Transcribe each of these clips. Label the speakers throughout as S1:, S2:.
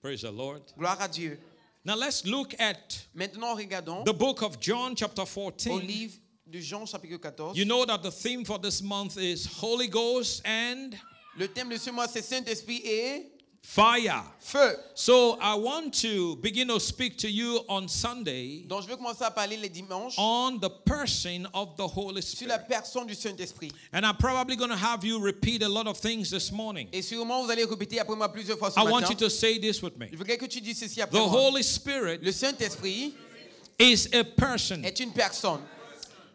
S1: Praise the Lord.
S2: Gloire à Dieu.
S1: Now let's look at
S2: Maintenant, regardons
S1: the book of John, chapter
S2: au
S1: 14.
S2: livre de Jean, chapitre 14.
S1: You know that the theme for this month is Holy Ghost and
S2: Le thème de ce mois, c'est Saint-Esprit et
S1: fire.
S2: feu.
S1: So I want to begin to speak to you on Sunday
S2: Donc, je vais commencer à parler les dimanches
S1: on the person of the Holy
S2: sur la
S1: Spirit.
S2: personne du Saint-Esprit.
S1: And I'm probably going to have you repeat a lot of things this morning.
S2: Et sûrement, vous allez répéter après moi plusieurs fois ce
S1: I want you
S2: matin.
S1: to say this with me.
S2: Je voudrais que tu dises ceci après
S1: The
S2: moi.
S1: Holy Spirit
S2: Le Saint-Esprit
S1: is a person.
S2: est une personne.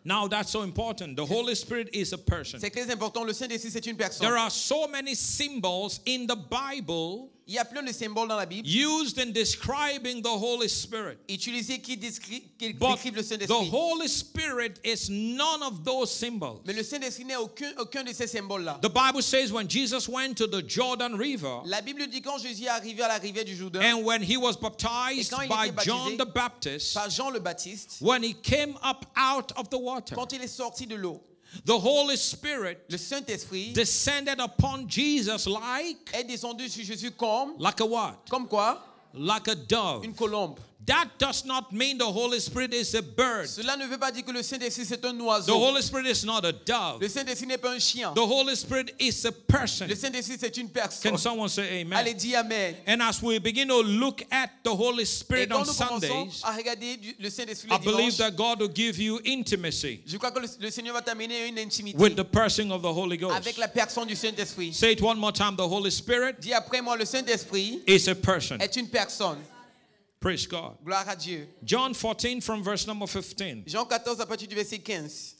S1: Now that's so important. The Holy Spirit is a person.
S2: C'est très important. Le Saint-Esprit, c'est une personne.
S1: There are so many symbols in the Bible
S2: Il y a plein de symboles dans la Bible
S1: used in describing the Holy Spirit.
S2: utilisés qui, décri- qui
S1: But
S2: décrivent le
S1: the
S2: Saint-Esprit.
S1: Holy Spirit is none of those symbols.
S2: Mais le Saint-Esprit n'est aucun, aucun de ces symboles-là.
S1: The Bible says when Jesus went to the Jordan River
S2: La Bible dit quand Jésus est arrivé à la rivière du Jourdain
S1: and when he was baptized
S2: Et quand il
S1: by
S2: était baptisé
S1: John the Baptist,
S2: par Jean le Baptiste,
S1: when he came up out of the water,
S2: quand il est sorti de l'eau,
S1: the Holy Spirit
S2: le Saint-Esprit
S1: descended upon Jesus like
S2: est descendu sur Jésus comme,
S1: like a what?
S2: comme quoi
S1: Like a dove.
S2: Une colombe.
S1: That does not mean the Holy Spirit is a bird.
S2: Cela ne veut pas dire que le Saint-Esprit c'est un
S1: The
S2: oiseau.
S1: Holy Spirit is not a dove.
S2: Le Saint-Esprit n'est pas un chien.
S1: The Holy Spirit is a person.
S2: Le Saint-Esprit c'est une personne.
S1: Can someone say
S2: Allez,
S1: amen?
S2: dis Amen.
S1: And as we begin to look at the Holy
S2: Et
S1: Spirit
S2: quand
S1: on
S2: nous commençons
S1: Sundays,
S2: à regarder du- le Saint-Esprit
S1: I
S2: le
S1: believe
S2: dimanche,
S1: that God will give you intimacy
S2: je crois que le, le Seigneur va t'amener à une intimité
S1: with the person of the Holy
S2: avec
S1: Ghost.
S2: la personne du Saint-Esprit.
S1: Say it one more time the Holy Spirit
S2: Dis après moi, le Saint-Esprit
S1: is a person.
S2: est une personne.
S1: Praise God.
S2: Gloire à Dieu.
S1: John 14 from verse number 15.
S2: Jean 14 à partir du verset 15.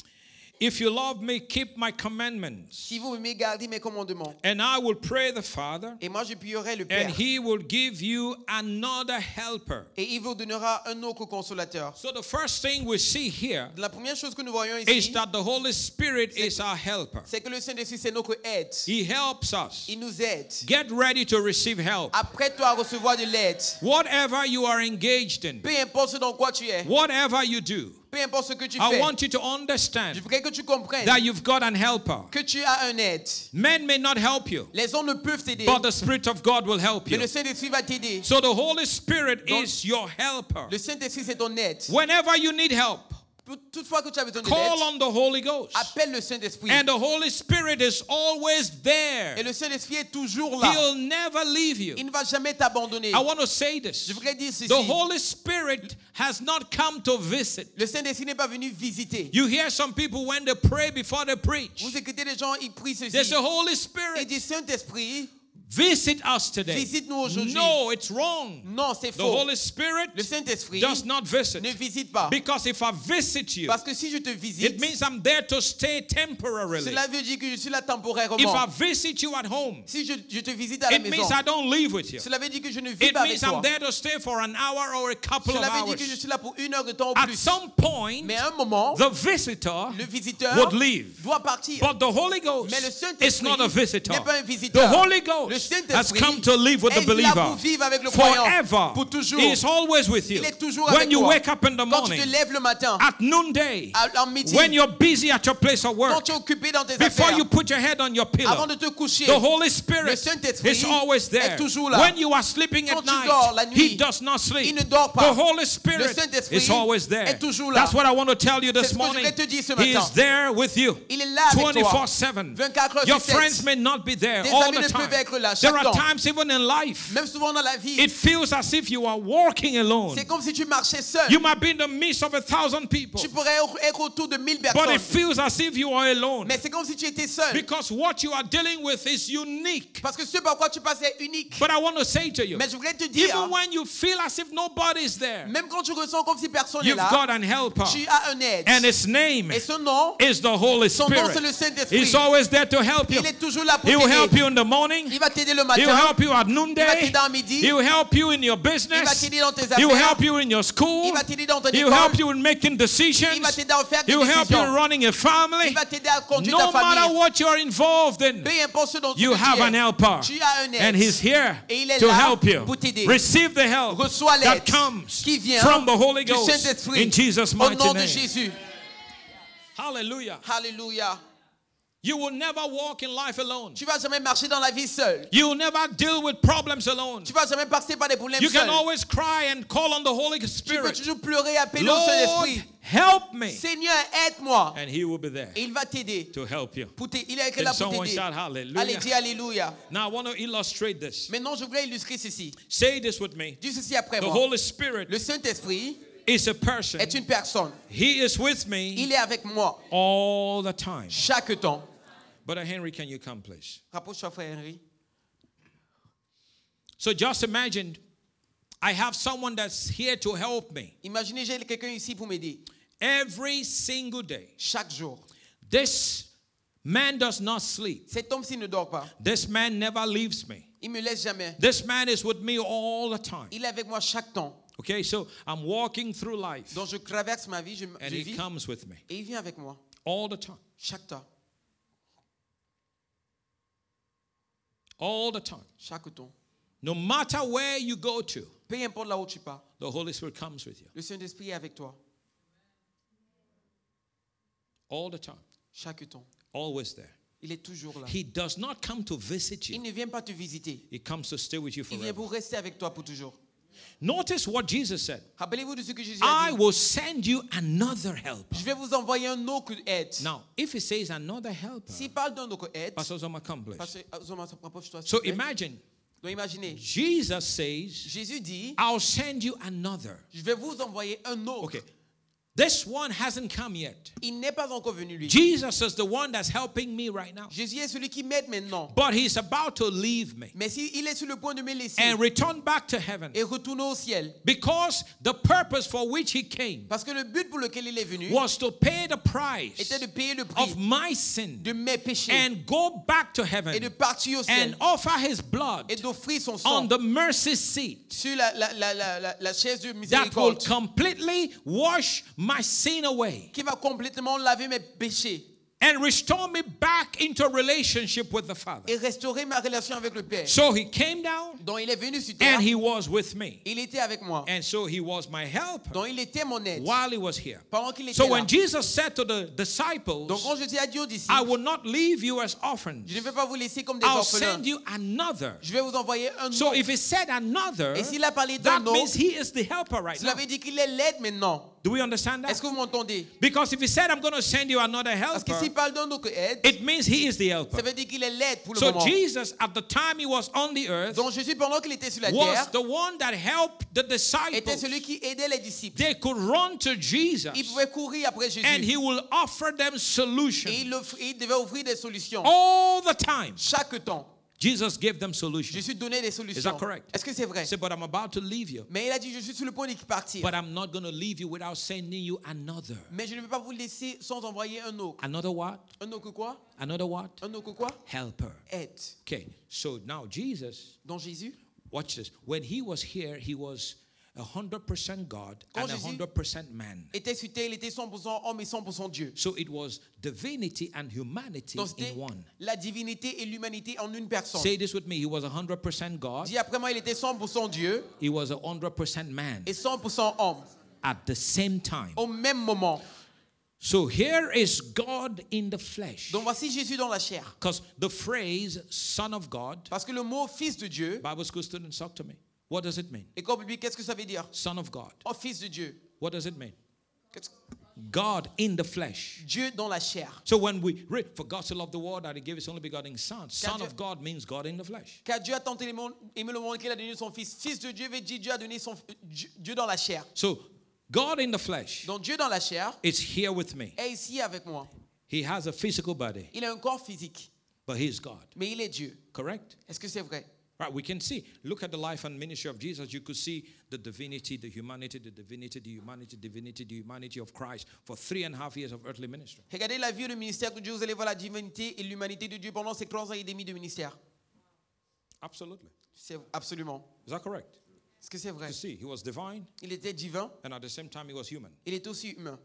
S1: If you love me, keep my commandments,
S2: Si vous m'aimez, gardez mes commandements.
S1: and I will pray the Father,
S2: Et moi, je prierai le Père.
S1: and he will give you another helper.
S2: Et il vous donnera un autre consolateur.
S1: So the first thing we see here
S2: La première chose que nous voyons
S1: is
S2: ici,
S1: that the Holy Spirit is our helper.
S2: c'est que le Saint-Esprit, c'est notre aide.
S1: He helps us.
S2: Il nous aide.
S1: Get ready to receive help.
S2: Après-toi à recevoir de l'aide.
S1: Whatever you are engaged in,
S2: Peu importe ce dans quoi tu es,
S1: whatever you do,
S2: peu importe ce que tu
S1: I
S2: fais,
S1: want you to
S2: je
S1: understand
S2: voudrais que tu comprennes
S1: that you've got an helper.
S2: que tu as un aide.
S1: Men may not help you,
S2: Les hommes ne peuvent t'aider,
S1: but the Spirit of God will help
S2: mais
S1: you.
S2: le Saint-Esprit va t'aider.
S1: So the Holy Spirit
S2: Donc-
S1: is your helper.
S2: Le Saint-Esprit, c'est ton aide.
S1: Whenever you need help,
S2: Pour- Toutefois que tu as besoin de
S1: call
S2: l'aide,
S1: on the Holy Ghost.
S2: appelle le Saint-Esprit.
S1: And the Holy Spirit is always
S2: Et
S1: there.
S2: le Saint-Esprit est toujours là.
S1: He'll never leave
S2: Il
S1: you.
S2: ne va jamais t'abandonner.
S1: I want to say this.
S2: Je voudrais dire ceci.
S1: The Holy Spirit has not come to visit.
S2: Le Saint-Esprit n'est pas venu visiter.
S1: You hear some people when they pray before they preach.
S2: Vous écoutez les gens, ils prient
S1: There's
S2: ceci.
S1: a Holy
S2: Et
S1: Spirit.
S2: dit Saint-Esprit,
S1: Visit us today.
S2: Visite-nous aujourd'hui.
S1: No, it's wrong.
S2: non, c'est
S1: The
S2: faux.
S1: Holy Spirit
S2: Le Saint-Esprit
S1: does not
S2: ne
S1: visit.
S2: visite pas.
S1: Because if I visit you,
S2: Parce que si je te
S1: it
S2: visite,
S1: means I'm there to stay temporarily.
S2: cela veut dire que je suis là
S1: If I
S2: temporairement.
S1: visit you at home,
S2: Si je, je te visite à la
S1: it
S2: maison,
S1: means I don't live with you.
S2: cela veut dire que je ne vis
S1: It
S2: pas avec
S1: means I'm
S2: toi.
S1: there to stay for an hour or a couple of
S2: Cela veut dire que je
S1: hours.
S2: suis là pour une heure de temps ou
S1: At
S2: plus.
S1: some point,
S2: Mais à un moment,
S1: the visitor
S2: le visiteur
S1: would leave.
S2: doit partir.
S1: But the Holy Ghost
S2: Mais le
S1: is not a
S2: Saint-Esprit
S1: visitor.
S2: n'est pas un
S1: The
S2: visiteur.
S1: Holy
S2: le
S1: Ghost has
S2: Saint-Esprit
S1: come to live with the
S2: est là pour
S1: believer
S2: vivre avec le
S1: forever.
S2: croyant. Pour toujours.
S1: He is always with you.
S2: Il est toujours
S1: When
S2: avec
S1: you
S2: toi.
S1: wake up in the
S2: Quand tu
S1: morning,
S2: te lèves le matin,
S1: at noonday,
S2: à, à midi,
S1: when you're busy at your place of
S2: quand
S1: work,
S2: tu es occupé dans tes
S1: before
S2: affaires,
S1: you put your head on your
S2: avant
S1: pillow,
S2: de te coucher,
S1: the Holy Spirit
S2: Saint-Esprit
S1: is always there.
S2: est toujours là.
S1: When you are sleeping
S2: Quand
S1: at
S2: tu dors la
S1: night,
S2: nuit,
S1: He does not
S2: il
S1: sleep.
S2: ne dort pas.
S1: The Holy Spirit
S2: Saint-Esprit
S1: is always there.
S2: est toujours là.
S1: That's what I want to tell you
S2: C'est ce
S1: this
S2: que je
S1: morning.
S2: voulais te dire ce
S1: He
S2: matin.
S1: is there with you.
S2: il est là avec toi.
S1: 7.
S2: 24 heures
S1: Your
S2: sur sept.
S1: friends may not be there
S2: Tes
S1: all
S2: amis
S1: the
S2: ne
S1: time.
S2: peuvent être là chaque
S1: There are
S2: temps.
S1: times even in life,
S2: Même souvent dans la vie,
S1: it feels as if you are walking alone.
S2: c'est comme si tu marchais seul.
S1: You might be in the midst of a thousand people,
S2: Tu pourrais être autour de 1000
S1: but it
S2: personnes.
S1: feels as if you are alone.
S2: Mais c'est comme si tu étais seul.
S1: Because what you are dealing with is unique.
S2: Parce que ce par quoi tu passes est unique.
S1: But I want to say to you,
S2: Mais je voudrais te dire,
S1: even when you feel as if nobody is there,
S2: même quand tu ressens comme si personne n'est
S1: you've
S2: là,
S1: got an helper.
S2: tu as un aide.
S1: And its name
S2: Et ce nom,
S1: is the Holy
S2: son nom c'est
S1: Spirit.
S2: le Saint-Esprit.
S1: He's always there to help you.
S2: Il est toujours là pour
S1: He will help
S2: t'aider.
S1: you in the morning.
S2: Il va t'aider le
S1: He will
S2: matin.
S1: help you at
S2: Il va
S1: noonday.
S2: t'aider à midi.
S1: He will help you in your
S2: Il va
S1: business.
S2: t'aider dans tes
S1: He will
S2: affaires.
S1: help you in your school.
S2: Il va t'aider dans ton
S1: He will
S2: école.
S1: help you in making
S2: Il va
S1: decisions.
S2: t'aider à faire
S1: He
S2: des
S1: will help you in
S2: décisions.
S1: running a family.
S2: Il va t'aider à conduire
S1: No
S2: ta
S1: matter
S2: famille.
S1: what you are involved in,
S2: Peu importe ce dont
S1: you
S2: tu es.
S1: have an helper.
S2: Tu as un
S1: And
S2: aide.
S1: he's here
S2: Et il est
S1: to
S2: là
S1: help you.
S2: pour t'aider.
S1: Receive the help
S2: Reçois
S1: that
S2: l'aide
S1: comes
S2: qui vient
S1: from the Holy
S2: du
S1: Ghost
S2: Saint-Esprit.
S1: in Jesus'
S2: Au
S1: mighty
S2: nom de
S1: name.
S2: Jésus.
S1: Hallelujah.
S2: Alléluia.
S1: You will never walk in life alone.
S2: Tu vas jamais marcher dans la vie seul.
S1: You will never deal with problems alone.
S2: Tu vas jamais passer par des problèmes
S1: You
S2: seul.
S1: can always cry and call on the Holy
S2: Tu peux
S1: Spirit.
S2: toujours pleurer, appeler au
S1: Lord,
S2: Saint-Esprit.
S1: help me.
S2: Seigneur, aide-moi.
S1: And He will be there
S2: Et il va t'aider.
S1: to help you.
S2: Pour t'aider. Il est
S1: Can
S2: là pour
S1: someone
S2: t'aider.
S1: shout hallelujah?
S2: Allez, dis Alléluia.
S1: Now I want to illustrate this.
S2: Maintenant, je voulais illustrer ceci.
S1: Say this with me.
S2: Dis ceci après
S1: The
S2: moi.
S1: Holy Spirit
S2: Le Saint-Esprit
S1: is a person.
S2: est une personne.
S1: He is with me
S2: Il est avec moi
S1: all the time.
S2: chaque temps.
S1: Brother Henry, can you come, please?
S2: Rapproche-toi, frère Henry.
S1: So just imagine I have someone that's here to help me
S2: Imaginez, j'ai quelqu'un ici pour m'aider
S1: every single day.
S2: chaque jour.
S1: This man does not sleep.
S2: Cet homme-ci ne dort pas.
S1: This man never leaves me.
S2: Il me laisse jamais.
S1: This man is with me all the time.
S2: Il est avec moi chaque temps.
S1: Okay, so I'm walking through life
S2: Donc, je traverse ma vie, je,
S1: and
S2: je
S1: he
S2: vis.
S1: comes with me
S2: Et il vient avec moi
S1: all the time.
S2: chaque temps.
S1: All the time.
S2: Chaque temps.
S1: No matter where you go to,
S2: Peu importe là où tu pars,
S1: the Holy Spirit comes with you
S2: le Saint-Esprit est avec toi
S1: all the time,
S2: chaque temps.
S1: always there.
S2: Il est toujours là.
S1: He does not come to visit
S2: Il
S1: you,
S2: ne vient pas te visiter.
S1: he comes to stay with you
S2: Il
S1: forever.
S2: vient pour rester avec toi pour toujours.
S1: Notice what Jesus said
S2: Rappelez-vous de ce que Jésus a
S1: I
S2: dit.
S1: will send you another helper.
S2: Je vais vous envoyer un autre aide.
S1: Now, if he says another helper,
S2: S'il parle d'un autre aide,
S1: Pastor Zoma, come please.
S2: parce que ah, Zoma, rapproche-toi. s'il
S1: So
S2: te plaît.
S1: imagine
S2: Donc imaginez,
S1: Jesus says,
S2: Jésus dit,
S1: I'll send you another.
S2: je vais vous envoyer un autre.
S1: Okay. This one hasn't come yet.
S2: Il n'est pas encore venu lui.
S1: Jesus is the one that's helping me right now.
S2: Jésus est celui qui m'aide maintenant.
S1: But he's about to leave me
S2: Mais s'il est sur le point de me laisser
S1: and return back to heaven
S2: et retourner au ciel,
S1: because the purpose for which he came
S2: parce que le but pour lequel il est venu
S1: was to pay the price
S2: était de payer le prix
S1: of my sin
S2: de mes péchés
S1: and go back to
S2: et de
S1: heaven
S2: partir au
S1: and
S2: ciel
S1: offer his blood
S2: et d'offrir son
S1: on
S2: sang
S1: the mercy seat
S2: sur la, la, la, la, la- la chaise de
S1: that will
S2: miséricorde
S1: completely wash my sin away
S2: qui va complètement laver mes péchés
S1: and restore me back into relationship with the Father.
S2: et restaurer ma relation avec le Père.
S1: So he came down
S2: Donc il est venu sur terre,
S1: and he was with me.
S2: il était avec moi,
S1: And so he was my helper
S2: donc il était mon aide
S1: while he was here.
S2: pendant qu'il était
S1: So
S2: là.
S1: when Jesus said to the
S2: Donc
S1: disciples,
S2: quand je dis à Dieu d'ici,
S1: I will not leave you as
S2: je ne
S1: orphans,
S2: vais pas vous laisser comme des
S1: I'll
S2: orphelins.
S1: send you another.
S2: Je vais vous envoyer un autre.
S1: So if he said another,
S2: Et s'il a parlé d'un
S1: that
S2: autre,
S1: means he is the helper right
S2: Cela
S1: now.
S2: veut dire qu'il est l'aide maintenant.
S1: Do we understand that?
S2: Est-ce que vous m'entendez
S1: Because if he said, I'm going to send you another
S2: Parce que
S1: helper,
S2: s'il parle d'un autre aide,
S1: it means he is the helper.
S2: ça veut dire qu'il est l'aide pour le
S1: So
S2: moment.
S1: Jesus, at the time he was on the earth,
S2: Donc Jésus, pendant qu'il était sur la
S1: was
S2: terre,
S1: the one that helped the
S2: était
S1: disciples.
S2: celui qui aidait les disciples.
S1: They could run to
S2: Il
S1: Jesus
S2: pouvait courir après
S1: and
S2: Jésus.
S1: he will offer them
S2: Et
S1: solution
S2: il, offre- il devait offrir des solutions.
S1: all the time.
S2: Chaque temps,
S1: Jesus gave them solution.
S2: Jésus donnait des
S1: Is that
S2: solutions.
S1: correct?
S2: Est-ce que c'est vrai
S1: He said, but I'm about to leave you.
S2: Mais il a dit, je suis sur le point de partir.
S1: But I'm not going to leave you without sending you another.
S2: Mais je ne vais pas vous laisser sans envoyer un autre.
S1: Another what?
S2: Un autre quoi
S1: Another what?
S2: Un autre quoi
S1: Helper.
S2: Aide.
S1: Okay, so now Jesus,
S2: Donc Jésus,
S1: watch this. When he was here, he was 100% God
S2: Quand
S1: and
S2: Jésus-
S1: 100% man.
S2: était sur terre, il était 100% homme et 100% Dieu.
S1: So it was divinity and humanity
S2: Donc c'était
S1: in one.
S2: la divinité et l'humanité en une personne.
S1: Say this with me. He was 100% God.
S2: Dis après moi, il était 100% Dieu
S1: He was 100% man
S2: et 100% homme
S1: at the same time.
S2: au même moment.
S1: So here is God in the flesh.
S2: Donc voici Jésus dans la chair.
S1: Because the phrase son of God,
S2: Parce que le mot fils de Dieu,
S1: Bible school students talk to me. What does it mean?
S2: école publique, qu'est-ce que ça veut dire
S1: Son of God.
S2: Oh, fils de Dieu.
S1: What does it mean?
S2: Qu'est-ce que-
S1: God in the flesh.
S2: Dieu dans la chair.
S1: So when we read, for God so loved the world that he gave his only begotten son, son
S2: Dieu-
S1: of God means God in the flesh.
S2: Car Dieu a tant aimé le monde- aimé le monde qu'il a donné son fils. Fils de Dieu veut dire Dieu a donné son Dieu Dieu dans la chair.
S1: So God in the flesh
S2: Donc Dieu dans la chair
S1: is here with me.
S2: est ici avec moi.
S1: He has a physical body,
S2: Il a un corps physique,
S1: but he is God.
S2: mais il est Dieu.
S1: Correct?
S2: Est-ce que c'est vrai
S1: Right, we can see. Look at the life and ministry of Jesus. You could see the divinity, the humanity, the divinity, the humanity, divinity, the humanity of Christ for three and a half years of earthly ministry.
S2: Regardez la vie du ministère de Dieu, vous allez voir la divinité et l'humanité de Dieu pendant ces trois ans et demi de ministère.
S1: Absolutely.
S2: C'est absolument.
S1: Is that correct?
S2: Est-ce que c'est vrai
S1: You see, he was divine
S2: Il était divin,
S1: and at the same time he was human.
S2: il est aussi humain.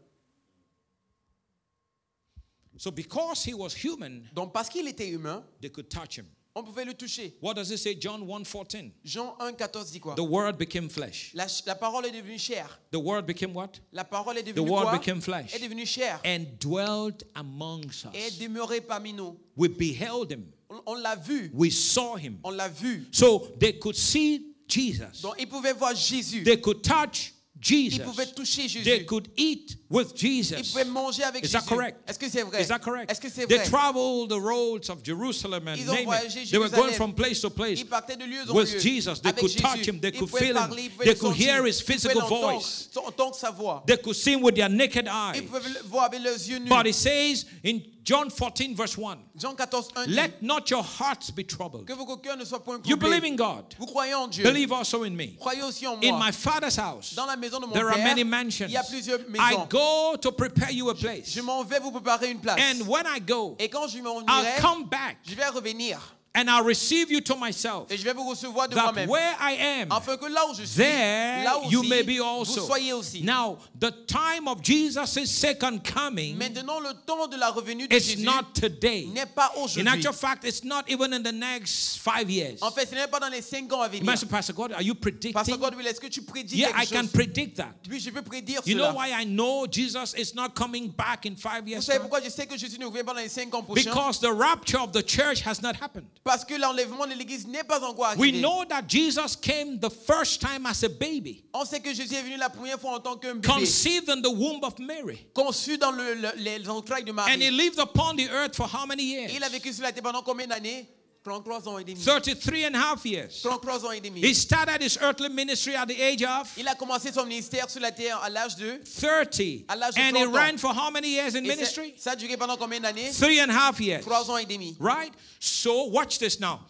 S1: So because he was human,
S2: Donc parce qu'il était humain,
S1: they could touch him.
S2: On pouvait le toucher.
S1: What does it say? John 1:14.
S2: Jean 1, 14 dit quoi
S1: The word became flesh.
S2: la, ch- la parole est devenue chair.
S1: The word became what?
S2: La parole est
S1: The
S2: devenue
S1: word
S2: quoi
S1: became flesh.
S2: Est devenue chair.
S1: And dwelt amongst
S2: Et est
S1: us.
S2: demeurée parmi nous.
S1: We beheld him.
S2: On, on l'a vu.
S1: We saw him.
S2: On l'a vu.
S1: So they could see Jesus.
S2: Donc ils pouvaient voir Jésus.
S1: They could touch
S2: Ils pouvaient
S1: Jesus.
S2: toucher
S1: They
S2: Jésus.
S1: could eat with
S2: Ils
S1: Jesus.
S2: pouvaient manger avec
S1: Is that
S2: Jésus.
S1: correct?
S2: Est-ce que c'est vrai
S1: Is that correct?
S2: Est-ce que c'est
S1: They
S2: vrai
S1: traveled the roads of Jerusalem and
S2: Ils ont
S1: name
S2: voyagé
S1: it. They were going
S2: Jérusalem.
S1: from place to place
S2: Ils partaient de lieu en
S1: with
S2: lieu.
S1: Jesus. They
S2: avec
S1: could
S2: Jésus.
S1: touch him. They
S2: Ils
S1: could
S2: pouvaient
S1: feel
S2: parler,
S1: him.
S2: ils pouvaient
S1: They
S2: le
S1: could
S2: sentir.
S1: hear his
S2: Ils pouvaient
S1: physical
S2: l'entendre,
S1: voice.
S2: son- entendre sa voix.
S1: They could see him with their naked eye.
S2: Ils pouvaient le voir avec leurs yeux nus.
S1: But it says in John 14, verse 1,
S2: Jean 14, 1 dit
S1: let not your hearts be troubled.
S2: que vos cœurs ne soient point
S1: You believe
S2: troublés.
S1: in God,
S2: Vous croyez en Dieu.
S1: believe also in me.
S2: Croyez aussi en
S1: In
S2: moi.
S1: my father's house,
S2: Dans la maison de mon
S1: there are
S2: père,
S1: many
S2: il
S1: mansions.
S2: y a plusieurs
S1: I
S2: maisons.
S1: go to prepare you a place.
S2: Je m'en vais vous préparer une place.
S1: And when I go,
S2: Et quand je m'en irai,
S1: I'll come back
S2: je vais revenir.
S1: and I'll receive you to myself.
S2: Et je vais vous recevoir de
S1: That
S2: moi-même.
S1: where I am,
S2: Afin que là où je suis,
S1: there
S2: là aussi,
S1: you may be
S2: vous
S1: also.
S2: soyez aussi.
S1: Now, the time of Jesus' second coming
S2: Maintenant, le temps de la revenue de
S1: is
S2: Jésus
S1: not today.
S2: n'est pas
S1: In
S2: aujourd'hui.
S1: actual fact, it's not even in the next five years.
S2: En fait, ce n'est pas dans les cinq ans à
S1: You
S2: venir.
S1: might say, Pastor God, are you
S2: Pasteur
S1: predicting?
S2: Godwin, est-ce que tu prédis
S1: Yeah,
S2: quelque
S1: I can
S2: chose
S1: predict that.
S2: Oui, je peux prédire
S1: You know
S2: cela.
S1: why I know Jesus is not coming back in five
S2: Vous
S1: years?
S2: savez
S1: time?
S2: pourquoi je sais que Jésus ne revient pas dans les cinq ans prochains
S1: Because the rapture of the church has not happened.
S2: Parce que l'enlèvement de l'Église n'est pas encore
S1: We
S2: arrivé.
S1: know that Jesus came the first time as a baby,
S2: On sait que Jésus est venu la première fois en tant qu'un bébé,
S1: conceived in the womb of Mary.
S2: conçu dans le- le- les entrailles de
S1: And he
S2: Marie.
S1: lived upon the earth for how many years?
S2: Il a vécu sur la terre pendant combien d'années 33 ans et demi.
S1: 33 and a half years.
S2: 33 ans et
S1: He
S2: demi.
S1: started his earthly ministry at the age of
S2: Il a commencé son ministère sur la terre à l'âge de
S1: 30.
S2: À l'âge de
S1: And he
S2: 30 ans.
S1: ran for how many years in
S2: Et
S1: ministry?
S2: Ça ça a duré pendant combien d'années
S1: Three and a half years.
S2: Trois ans et demi.
S1: Right? So watch this now.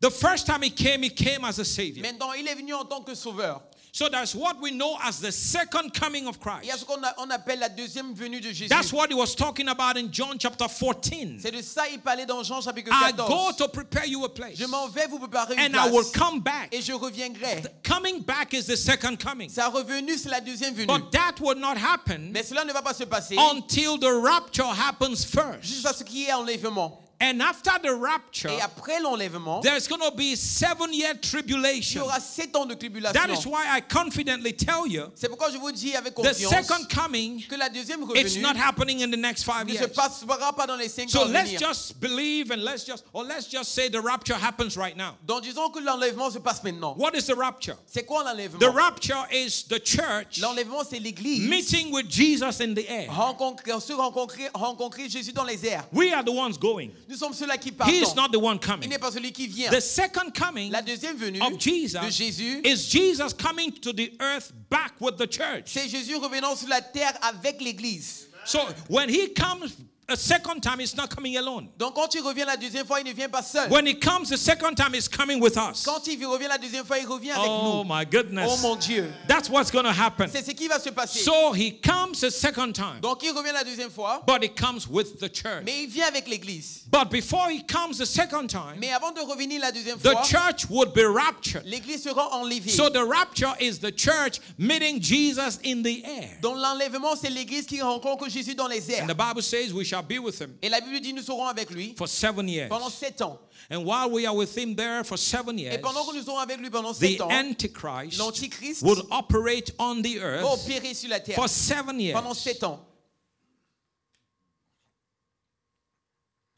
S1: The first time he came, he came as a savior.
S2: Maintenant, il est venu en tant que sauveur.
S1: So that's what we know as the second coming of
S2: Il y a ce
S1: Christ.
S2: qu'on a- on appelle la deuxième venue de Jésus.
S1: That's what he was talking about in John chapter 14.
S2: C'est de ça qu'il parlait dans Jean chapitre
S1: I go
S2: 14.
S1: to prepare you a place
S2: Je m'en vais vous préparer une
S1: and I will
S2: place
S1: come back.
S2: et je reviendrai.
S1: Coming back is the second coming.
S2: Sa revenue, c'est la deuxième venue.
S1: But that will not happen
S2: Mais cela ne va pas se passer
S1: until the rapture happens first.
S2: jusqu'à ce qu'il y ait enlèvement.
S1: And after the rapture,
S2: Et après l'enlèvement,
S1: there's going to be seven year
S2: il y
S1: tribulation.
S2: aura sept ans de tribulation.
S1: That is why I confidently tell you
S2: C'est pourquoi je vous dis avec
S1: the
S2: confiance
S1: second coming
S2: que la deuxième
S1: It's
S2: revenue
S1: not happening in the next five
S2: ne se
S1: years.
S2: passera pas dans les cinq ans
S1: So
S2: à
S1: let's
S2: venir.
S1: just believe and let's just, or let's just say the rapture happens right now.
S2: Donc disons que l'enlèvement se passe maintenant.
S1: What is the rapture?
S2: C'est quoi
S1: The
S2: l'enlèvement
S1: rapture is the church
S2: L'enlèvement, c'est l'Église.
S1: meeting with Jesus in the
S2: Uh-huh.
S1: air.
S2: Rencontrer, se rencontrer, rencontrer Jésus dans les airs.
S1: We are the ones going.
S2: Nous sommes ceux-là qui
S1: He is
S2: partons.
S1: not the one
S2: Il
S1: coming.
S2: n'est pas celui qui vient.
S1: The second coming
S2: La deuxième venue
S1: of
S2: de
S1: Jesus
S2: Jésus,
S1: is Jesus coming to the earth back with the church.
S2: c'est Jésus revenant sur la terre avec l'Église.
S1: So when he comes a second time, he's not coming alone.
S2: Donc quand il revient la deuxième fois, il ne vient pas seul.
S1: When he comes the second time, he's coming with us.
S2: Quand il revient la deuxième fois, il revient avec
S1: Oh
S2: nous.
S1: my
S2: Oh
S1: goodness.
S2: mon Dieu.
S1: That's what's going to happen.
S2: C'est ce qui va se passer.
S1: So he comes a second time,
S2: Donc il revient la deuxième fois,
S1: but he comes with the church.
S2: mais il vient avec l'Église.
S1: But before he comes the second time,
S2: Mais avant de revenir la deuxième
S1: the
S2: fois,
S1: church would be raptured.
S2: l'Église sera enlevée.
S1: So the rapture is the church meeting Jesus in the air.
S2: Donc l'enlèvement, c'est l'Église qui rencontre Jésus dans les airs.
S1: And the Bible says we shall be with him
S2: Et la Bible dit nous serons avec lui
S1: for seven years.
S2: pendant sept ans.
S1: And while we are with him there for seven
S2: Et
S1: years,
S2: pendant que nous serons avec lui pendant
S1: the
S2: sept ans,
S1: Antichrist
S2: l'Antichrist
S1: would operate on the
S2: va
S1: earth
S2: opérer sur la terre
S1: for seven
S2: pendant
S1: years.
S2: sept ans.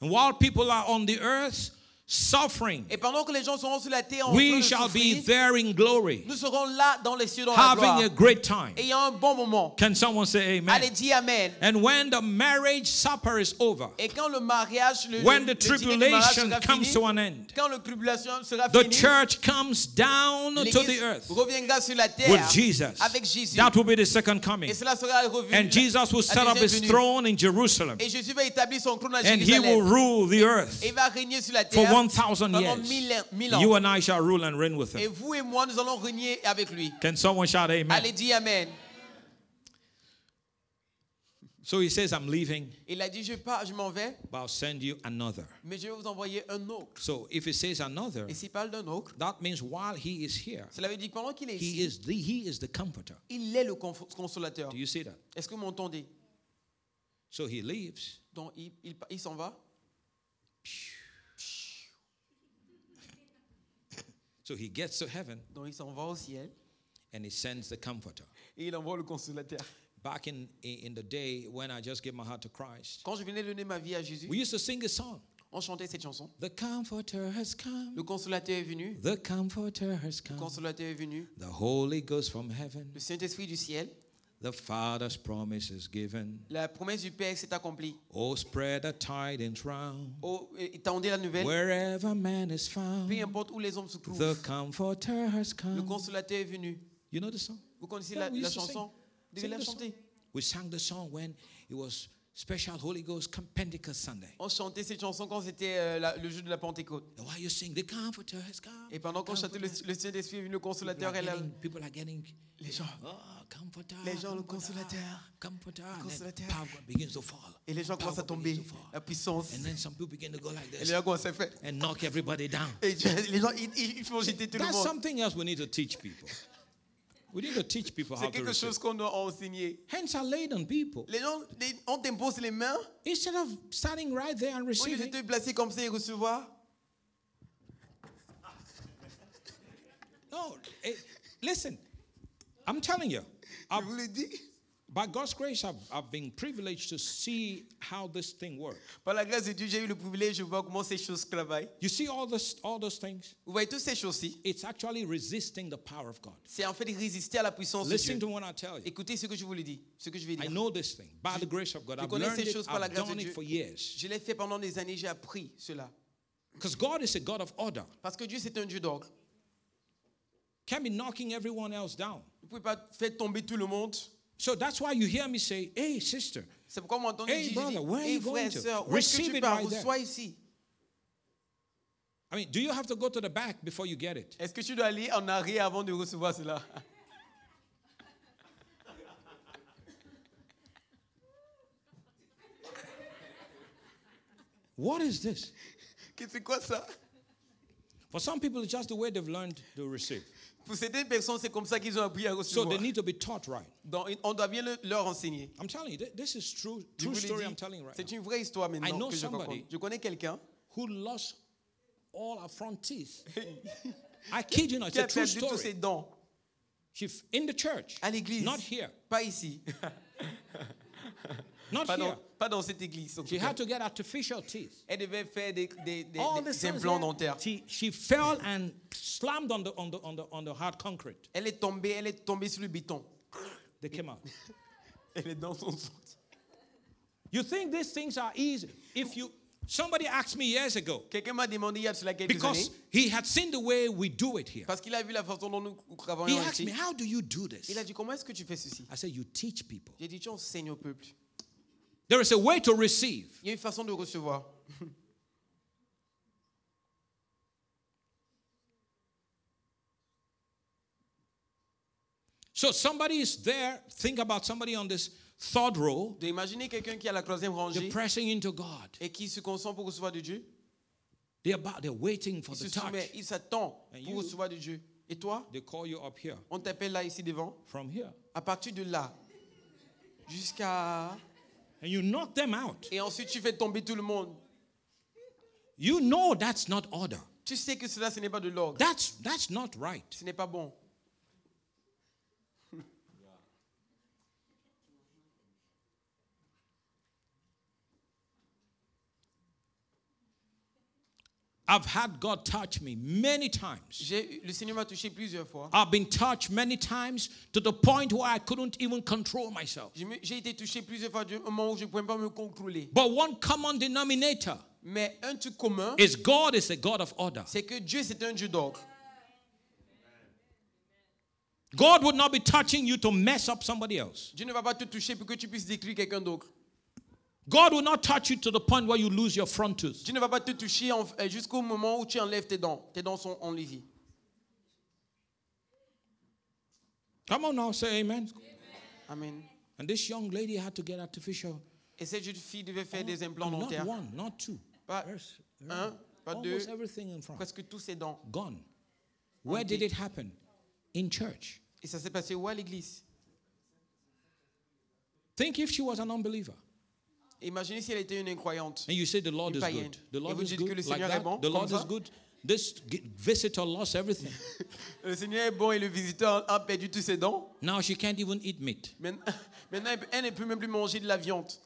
S1: And while people are on the earth suffering,
S2: Et pendant que les gens seront sur la terre en train
S1: we
S2: de
S1: shall be
S2: souffrir,
S1: there in glory,
S2: nous serons là dans les cieux, dans la gloire,
S1: having a great time.
S2: ayant un bon moment.
S1: Can someone say amen?
S2: Allez, dis Amen.
S1: And when the marriage supper is over,
S2: Et quand le mariage, le,
S1: when the
S2: le dîner du mariage
S1: tribulation
S2: sera
S1: comes
S2: fini,
S1: to an end,
S2: quand la tribulation sera
S1: the
S2: finie,
S1: church comes down to the
S2: l'Église
S1: earth
S2: reviendra sur la terre
S1: with Jesus.
S2: avec Jésus.
S1: That will be the second coming.
S2: et cela sera revenu.
S1: And Jesus will
S2: la
S1: set up
S2: deuxième
S1: his
S2: venue.
S1: throne in Jerusalem.
S2: Et Jésus va établir son trône à
S1: And he will
S2: Jérusalem.
S1: rule the earth
S2: Et il va régner sur la
S1: for
S2: terre
S1: 1,000
S2: pendant
S1: years.
S2: mille ans- mille
S1: You
S2: ans.
S1: and I shall rule and reign with
S2: Et
S1: him.
S2: vous et moi, nous allons régner avec lui.
S1: Can someone shout amen?
S2: Allez, dis Amen.
S1: So he says, I'm leaving,
S2: Il a dit, je pars, je m'en vais,
S1: but I'll send you another.
S2: mais je vais vous envoyer un autre.
S1: So if he says another,
S2: Et s'il parle d'un autre,
S1: that means while he is here,
S2: cela veut dire que pendant qu'il est
S1: he
S2: ici,
S1: is the, he is the comforter.
S2: il est le confo- consolateur.
S1: Do you see that?
S2: Est-ce que vous m'entendez
S1: So he leaves.
S2: Donc, il, il- il s'en va.
S1: So he gets to heaven
S2: Donc il s'en va au ciel
S1: and he sends the comforter.
S2: et il envoie le consolateur.
S1: Back in, in the day when I just gave my heart to Christ,
S2: Quand je venais donner ma vie à Jésus,
S1: we used to sing a song.
S2: on chantait cette chanson.
S1: The comforter has come.
S2: Le consolateur est venu,
S1: The comforter has
S2: le
S1: come.
S2: consolateur est venu,
S1: The Holy Ghost from heaven.
S2: le Saint-Esprit du ciel.
S1: The Father's promise is given.
S2: La promesse du Père s'est accomplie.
S1: Oh, spread the tidings round.
S2: Oh, et- et tendez la nouvelle.
S1: Wherever man is
S2: Peu
S1: found,
S2: importe où les hommes se
S1: the
S2: trouvent,
S1: comforter has
S2: le
S1: come.
S2: consolateur est venu.
S1: You know the song?
S2: Vous connaissez
S1: Yeah,
S2: la,
S1: we used
S2: la
S1: to sing.
S2: chanson Vous devez
S1: Sing
S2: la
S1: the song.
S2: chanter.
S1: We sang the song when it was special Holy Ghost Come Pentecost Sunday.
S2: On chantait cette chanson quand c'était euh, la- le jour de la Pentecôte.
S1: And while you sing, the comforter has come.
S2: Et pendant qu'on chantait, le,
S1: Comforter.
S2: le Saint-Esprit est venu, le
S1: people, are
S2: consolateur est là.
S1: getting, people are getting,
S2: Les gens.
S1: oh, comforter.
S2: Les gens, le
S1: comforter,
S2: consolateur,
S1: Comforter. And then
S2: consolateur.
S1: power begins to fall.
S2: Et les gens
S1: Power
S2: commencent à
S1: begins
S2: tomber.
S1: to fall.
S2: La puissance.
S1: And then some people begin to go like
S2: Et les
S1: this
S2: gens commencent à faire.
S1: and knock everybody down.
S2: Et je- les gens, ils, ils- ils font jeter tout le
S1: That's
S2: monde.
S1: something else we need to teach people. We need to teach people how to
S2: C'est quelque
S1: receive.
S2: chose qu'on doit enseigner.
S1: Hands are laid on people.
S2: Les gens, les- on t'impose les mains.
S1: Instead of standing right there and
S2: Au lieu de
S1: receiving,
S2: te placer comme ça et recevoir,
S1: no. eh, listen, I'm telling you,
S2: je
S1: I've,
S2: vous le dis,
S1: by God's grace, I've, I've been privileged to see how this thing works.
S2: par la grâce de Dieu, j'ai eu le privilège de voir comment ces choses travaillent.
S1: You see all this, all those things.
S2: Vous voyez, toutes ces choses-ci,
S1: It's actually resisting the power of God.
S2: c'est en fait résister à la puissance de
S1: Listen
S2: Dieu.
S1: to what I tell you.
S2: Écoutez ce que je vous le dis, ce que je vais
S1: I
S2: dire.
S1: know this thing by the grace of God.
S2: Je
S1: I've
S2: connais
S1: learned
S2: ces
S1: it.
S2: choses par la
S1: I've
S2: grâce de
S1: done it
S2: Dieu.
S1: for years.
S2: Je l'ai fait pendant des années, j'ai appris cela.
S1: Because God is a God of order.
S2: Parce que Dieu, c'est un Dieu d'ordre.
S1: Can be knocking everyone else down.
S2: Vous ne pouvez pas faire tomber tout le monde.
S1: So that's why you hear me say, "Hey, sister,
S2: C'est pourquoi vous m'entendez
S1: Hey,
S2: dire, je dis,
S1: brother, where are
S2: hey,
S1: you going
S2: frère,
S1: to?
S2: sœur, où est-ce que
S1: Receive
S2: tu
S1: it
S2: pars?
S1: right there.
S2: Reçois ici.
S1: I mean, do you have to go to the back before you get it?
S2: Est-ce que tu dois aller en arrière avant de recevoir cela
S1: What is this?"
S2: Que C'est quoi ça
S1: For some people, it's just the way they've learned to receive.
S2: Pour certaines personnes, c'est comme ça qu'ils ont appris à
S1: So
S2: recevoir.
S1: they need to be taught right.
S2: Donc, on doit bien le- leur enseigner.
S1: I'm telling you, th- this is true,
S2: Je
S1: true
S2: vous l'ai
S1: story.
S2: dit,
S1: I'm telling you right
S2: C'est
S1: now.
S2: une vraie histoire
S1: I
S2: maintenant
S1: know
S2: que je
S1: somebody.
S2: raconte. Je connais quelqu'un
S1: Who lost all her front teeth? I kid you not. It's
S2: qui a
S1: a true
S2: perdu tous ses
S1: story.
S2: dents
S1: She f- in the church,
S2: à l'église.
S1: not here,
S2: Pas ici.
S1: not
S2: Pas
S1: here.
S2: dans, pas dans cette église. en tout
S1: She
S2: cas.
S1: had to get artificial teeth.
S2: Elle devait faire des, des, des-
S1: All
S2: des-
S1: this
S2: des implants dentaires.
S1: She, she fell and slammed on the on the on the on the hard concrete.
S2: Elle est tombée, elle est tombée sur le béton.
S1: They came out.
S2: Elle est dans son sang.
S1: You think these things are easy? If you somebody asked me years ago
S2: Quelqu'un m'a demandé il y a cela quelques
S1: because
S2: années,
S1: he had seen the way we do it here.
S2: parce qu'il a vu la façon dont nous
S1: He
S2: travaillons
S1: asked me,
S2: ici.
S1: "How do you do this?"
S2: Il a dit comment est-ce que tu fais ceci
S1: I said, "You teach people.
S2: J'ai dit tu enseignes au peuple.
S1: There is a way to receive."
S2: Il y a une façon de recevoir.
S1: So somebody is there. Think about somebody on this third row.
S2: De imaginer quelqu'un qui est à la troisième rangée
S1: They're pressing into God.
S2: et qui se concentre pour recevoir de Dieu.
S1: They're about. They're waiting for
S2: Il se
S1: the touch.
S2: soumet, il s'attend
S1: And
S2: pour
S1: you-
S2: recevoir de Dieu. Et toi,
S1: They call you up here.
S2: on t'appelle là ici devant.
S1: From here.
S2: À partir de là, jusqu'à
S1: And you knock them out.
S2: et ensuite tu fais tomber tout le monde.
S1: You know that's not order.
S2: Tu sais que cela ce n'est pas de l'ordre,
S1: That's that's not right.
S2: ce n'est pas bon.
S1: I've had God touch me many times.
S2: J'ai- le Seigneur m'a touché plusieurs fois.
S1: I've been touched many times to the point where I couldn't even control myself.
S2: Je me- J'ai été touché plusieurs fois, à un moment où je ne pouvais pas me contrôler.
S1: But one common denominator
S2: Mais un truc commun,
S1: is God is a God of order.
S2: c'est que Dieu, c'est un Dieu d'ordre.
S1: God would not be touching you to mess up somebody else.
S2: Dieu ne va pas te toucher pour que tu puisses détruire quelqu'un d'autre.
S1: God will not touch you to the point where you lose your front tooth.
S2: Dieu ne va pas te toucher en- euh, jusqu'au moment où tu enlèves tes dents. Tes dents sont enlevées.
S1: Come on now, say amen.
S2: Amen.
S1: And this young lady had to get artificial.
S2: Et cette jeune fille devait
S1: Oh,
S2: faire des implants
S1: Not
S2: dentaires.
S1: one, not two.
S2: Pas
S1: Yes,
S2: un, pas deux,
S1: Almost everything in front.
S2: presque tous ses dents.
S1: Gone. Where did it happen? In church.
S2: Et ça s'est passé où à l'église
S1: Think if she was an unbeliever.
S2: Imaginez si elle était une incroyante.
S1: And you say the Lord
S2: Une
S1: is
S2: païenne.
S1: good. The
S2: Et
S1: Lord
S2: vous
S1: is
S2: dites que le
S1: good. Like
S2: Seigneur est
S1: that.
S2: bon,
S1: The
S2: comme
S1: Lord is
S2: ça.
S1: good. This g- visitor lost everything.
S2: Le Seigneur est bon et le visiteur a perdu tous ses dents.
S1: Now she can't even eat meat.
S2: Maintenant, maintenant, elle peut- elle ne peut même plus manger de la viande.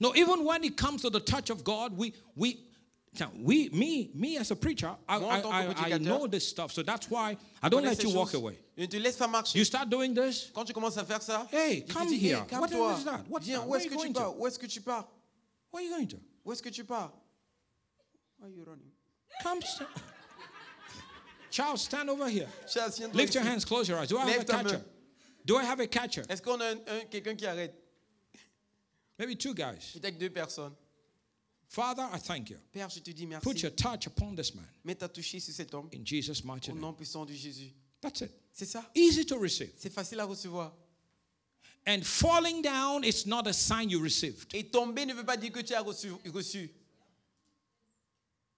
S1: No, even when it comes to the touch of God, we we now we me me as a preacher, I
S2: Moi,
S1: I,
S2: en tant que
S1: I, I
S2: prédicateur,
S1: know this stuff, so that's why I don't
S2: Connais
S1: let
S2: ces
S1: you walk
S2: choses.
S1: away.
S2: Ne te laisse pas marcher.
S1: You start doing this,
S2: Quand tu commences à faire ça,
S1: Hey,
S2: je te
S1: come
S2: dis,
S1: here.
S2: Hey,
S1: What
S2: calme-toi.
S1: is that? What-
S2: Viens, où
S1: where
S2: est-ce
S1: are
S2: que
S1: you
S2: tu
S1: going
S2: pars Où est-ce que tu pars
S1: where are you going to?
S2: Où est-ce que tu pars Why are you running?
S1: Come, st- child, stand over here.
S2: Charles, tiens-toi
S1: Lift your
S2: ici.
S1: hands, close your eyes. Do I have
S2: Lève
S1: a
S2: ta main.
S1: catcher? Do I have a catcher?
S2: Est-ce qu'on a un- un- quelqu'un qui arrête
S1: Maybe two guys.
S2: Peut-être deux personnes.
S1: Father, I thank you.
S2: Père, je te dis merci.
S1: Put your touch upon this man
S2: Mets ta touché sur cet homme
S1: in Jesus' mighty
S2: au
S1: name.
S2: nom puissant de Jésus.
S1: That's it.
S2: C'est ça.
S1: Easy to receive.
S2: C'est facile à recevoir.
S1: And falling down is not a sign you received.
S2: Et tomber ne veut pas dire que tu as reçu. reçu.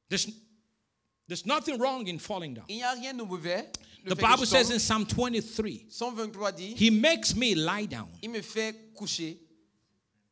S1: There's, there's nothing wrong in falling down.
S2: Il n'y a rien de mauvais. Le
S1: The
S2: fait que
S1: Bible
S2: je
S1: says
S2: tombe.
S1: in Psalm 23,
S2: 123 dit,
S1: He makes me lie down.
S2: il me fait coucher.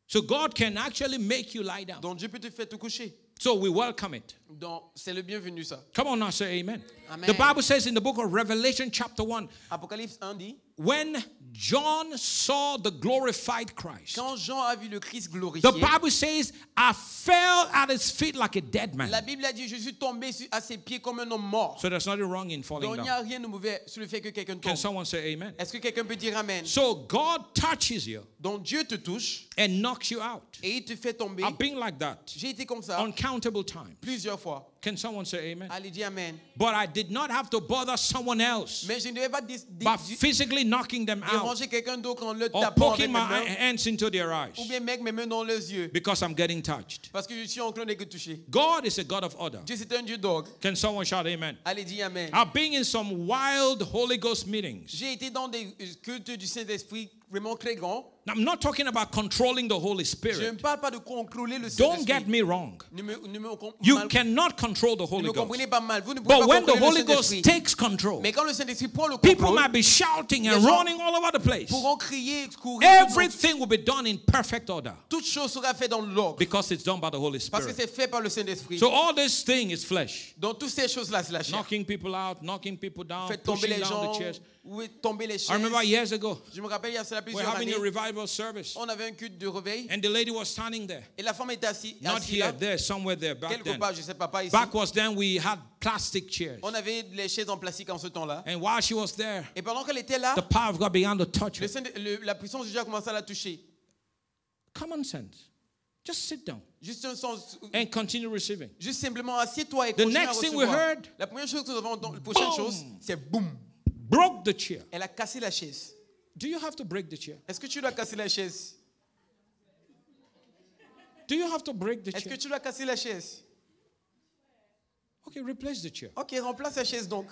S1: So God can actually make you lie down.
S2: Donc Dieu peut te faire te coucher.
S1: So we welcome it.
S2: Donc c'est le bienvenu ça.
S1: Come on now, say amen.
S2: Amen.
S1: The Bible says in the book of Revelation, chapter 1,
S2: Apocalypse 1 dit,
S1: when John saw the glorified Christ,
S2: quand Jean a vu le Christ glorifié,
S1: the Bible says, I fell at his feet like a dead man.
S2: la Bible a dit, je suis tombé sur- à ses pieds comme un homme mort.
S1: So there's nothing wrong in
S2: Donc
S1: falling
S2: il n'y
S1: down.
S2: a rien de mauvais sur le fait que quelqu'un
S1: Can
S2: tombe.
S1: someone say amen?
S2: Est-ce que quelqu'un peut dire Amen
S1: So God touches you
S2: Donc Dieu te touche
S1: and knocks you out.
S2: et il te fait tomber.
S1: I've been like that
S2: J'ai été comme ça
S1: uncountable times.
S2: plusieurs fois.
S1: Can someone say amen?
S2: Allez, dis Amen.
S1: But I did not have to bother someone else
S2: Mais je ne devais pas dis- dis-
S1: by
S2: dis-
S1: physically knocking them out
S2: déranger quelqu'un d'autre en le
S1: or
S2: tapant avec
S1: poking
S2: mes
S1: my
S2: mains,
S1: hands into their eyes
S2: ou bien mec mes mains dans leurs yeux
S1: because I'm getting touched.
S2: parce que je suis en train d'être touché.
S1: God is a God of order.
S2: Dieu c'est un Dieu d'orgue.
S1: Can someone shout amen?
S2: Allez, dis Amen.
S1: I've been in some wild Holy Ghost meetings.
S2: J'ai été dans des euh, cultes du Saint-Esprit vraiment très grands.
S1: Now, I'm not talking about controlling the Holy
S2: Je ne
S1: Spirit.
S2: parle pas de contrôler le
S1: Don't get me
S2: Saint-Esprit.
S1: wrong.
S2: Ne me, ne me com-
S1: You
S2: mal-
S1: cannot control the
S2: ne me
S1: Holy Ghost.
S2: comprenez pas mal. Vous ne pouvez
S1: But
S2: pas
S1: when the
S2: contrôler
S1: Holy
S2: le
S1: Ghost
S2: Saint-Esprit.
S1: takes control,
S2: Mais quand le Saint-Esprit prend le
S1: people
S2: contrôle,
S1: might be shouting
S2: Les
S1: and
S2: gens
S1: running all over the place.
S2: pourront crier, courir.
S1: Everything will be done in perfect order
S2: Toute chose sera faite dans l'ordre.
S1: because it's done by the Holy
S2: Parce que
S1: Spirit.
S2: c'est fait par le Saint-Esprit.
S1: So all this thing is flesh.
S2: Donc toutes ces choses-là, c'est la chair.
S1: Knocking people out, knocking people down,
S2: Faites tomber
S1: pushing
S2: les
S1: down
S2: gens,
S1: the chairs.
S2: oui, tomber les
S1: I
S2: chaises.
S1: remember years ago,
S2: Je me rappelle, il y a cela
S1: we're
S2: plusieurs
S1: having
S2: années,
S1: a revival service,
S2: on avait un culte de réveil
S1: and the lady was standing there.
S2: et la femme était assise,
S1: Not
S2: assise
S1: here,
S2: là,
S1: there, somewhere there, back
S2: quelque
S1: then.
S2: part, je sais pas, pas ici.
S1: Back was then we had plastic chairs.
S2: On avait les chaises en plastique en ce temps-là.
S1: And while she was there,
S2: Et pendant qu'elle était là,
S1: the power of God began to touch
S2: le
S1: her.
S2: Saint- le- la puissance de Dieu a commencé à la toucher.
S1: Common sense. Just sit down
S2: Juste un sens,
S1: and continue receiving.
S2: juste simplement assieds-toi et
S1: Eh. The
S2: continue à
S1: next thing we
S2: recevoir.
S1: heard-
S2: la première chose que nous avons, entend- la prochaine
S1: Boom.
S2: chose, c'est boum.
S1: Broke the chair.
S2: Elle a cassé la chaise.
S1: Do you have to break the chair?
S2: Est-ce que tu dois casser la chaise
S1: Do you have to break the
S2: Est-ce que
S1: chair?
S2: tu dois casser la chaise
S1: Okay, replace the chair.
S2: Ok, remplace la chaise donc.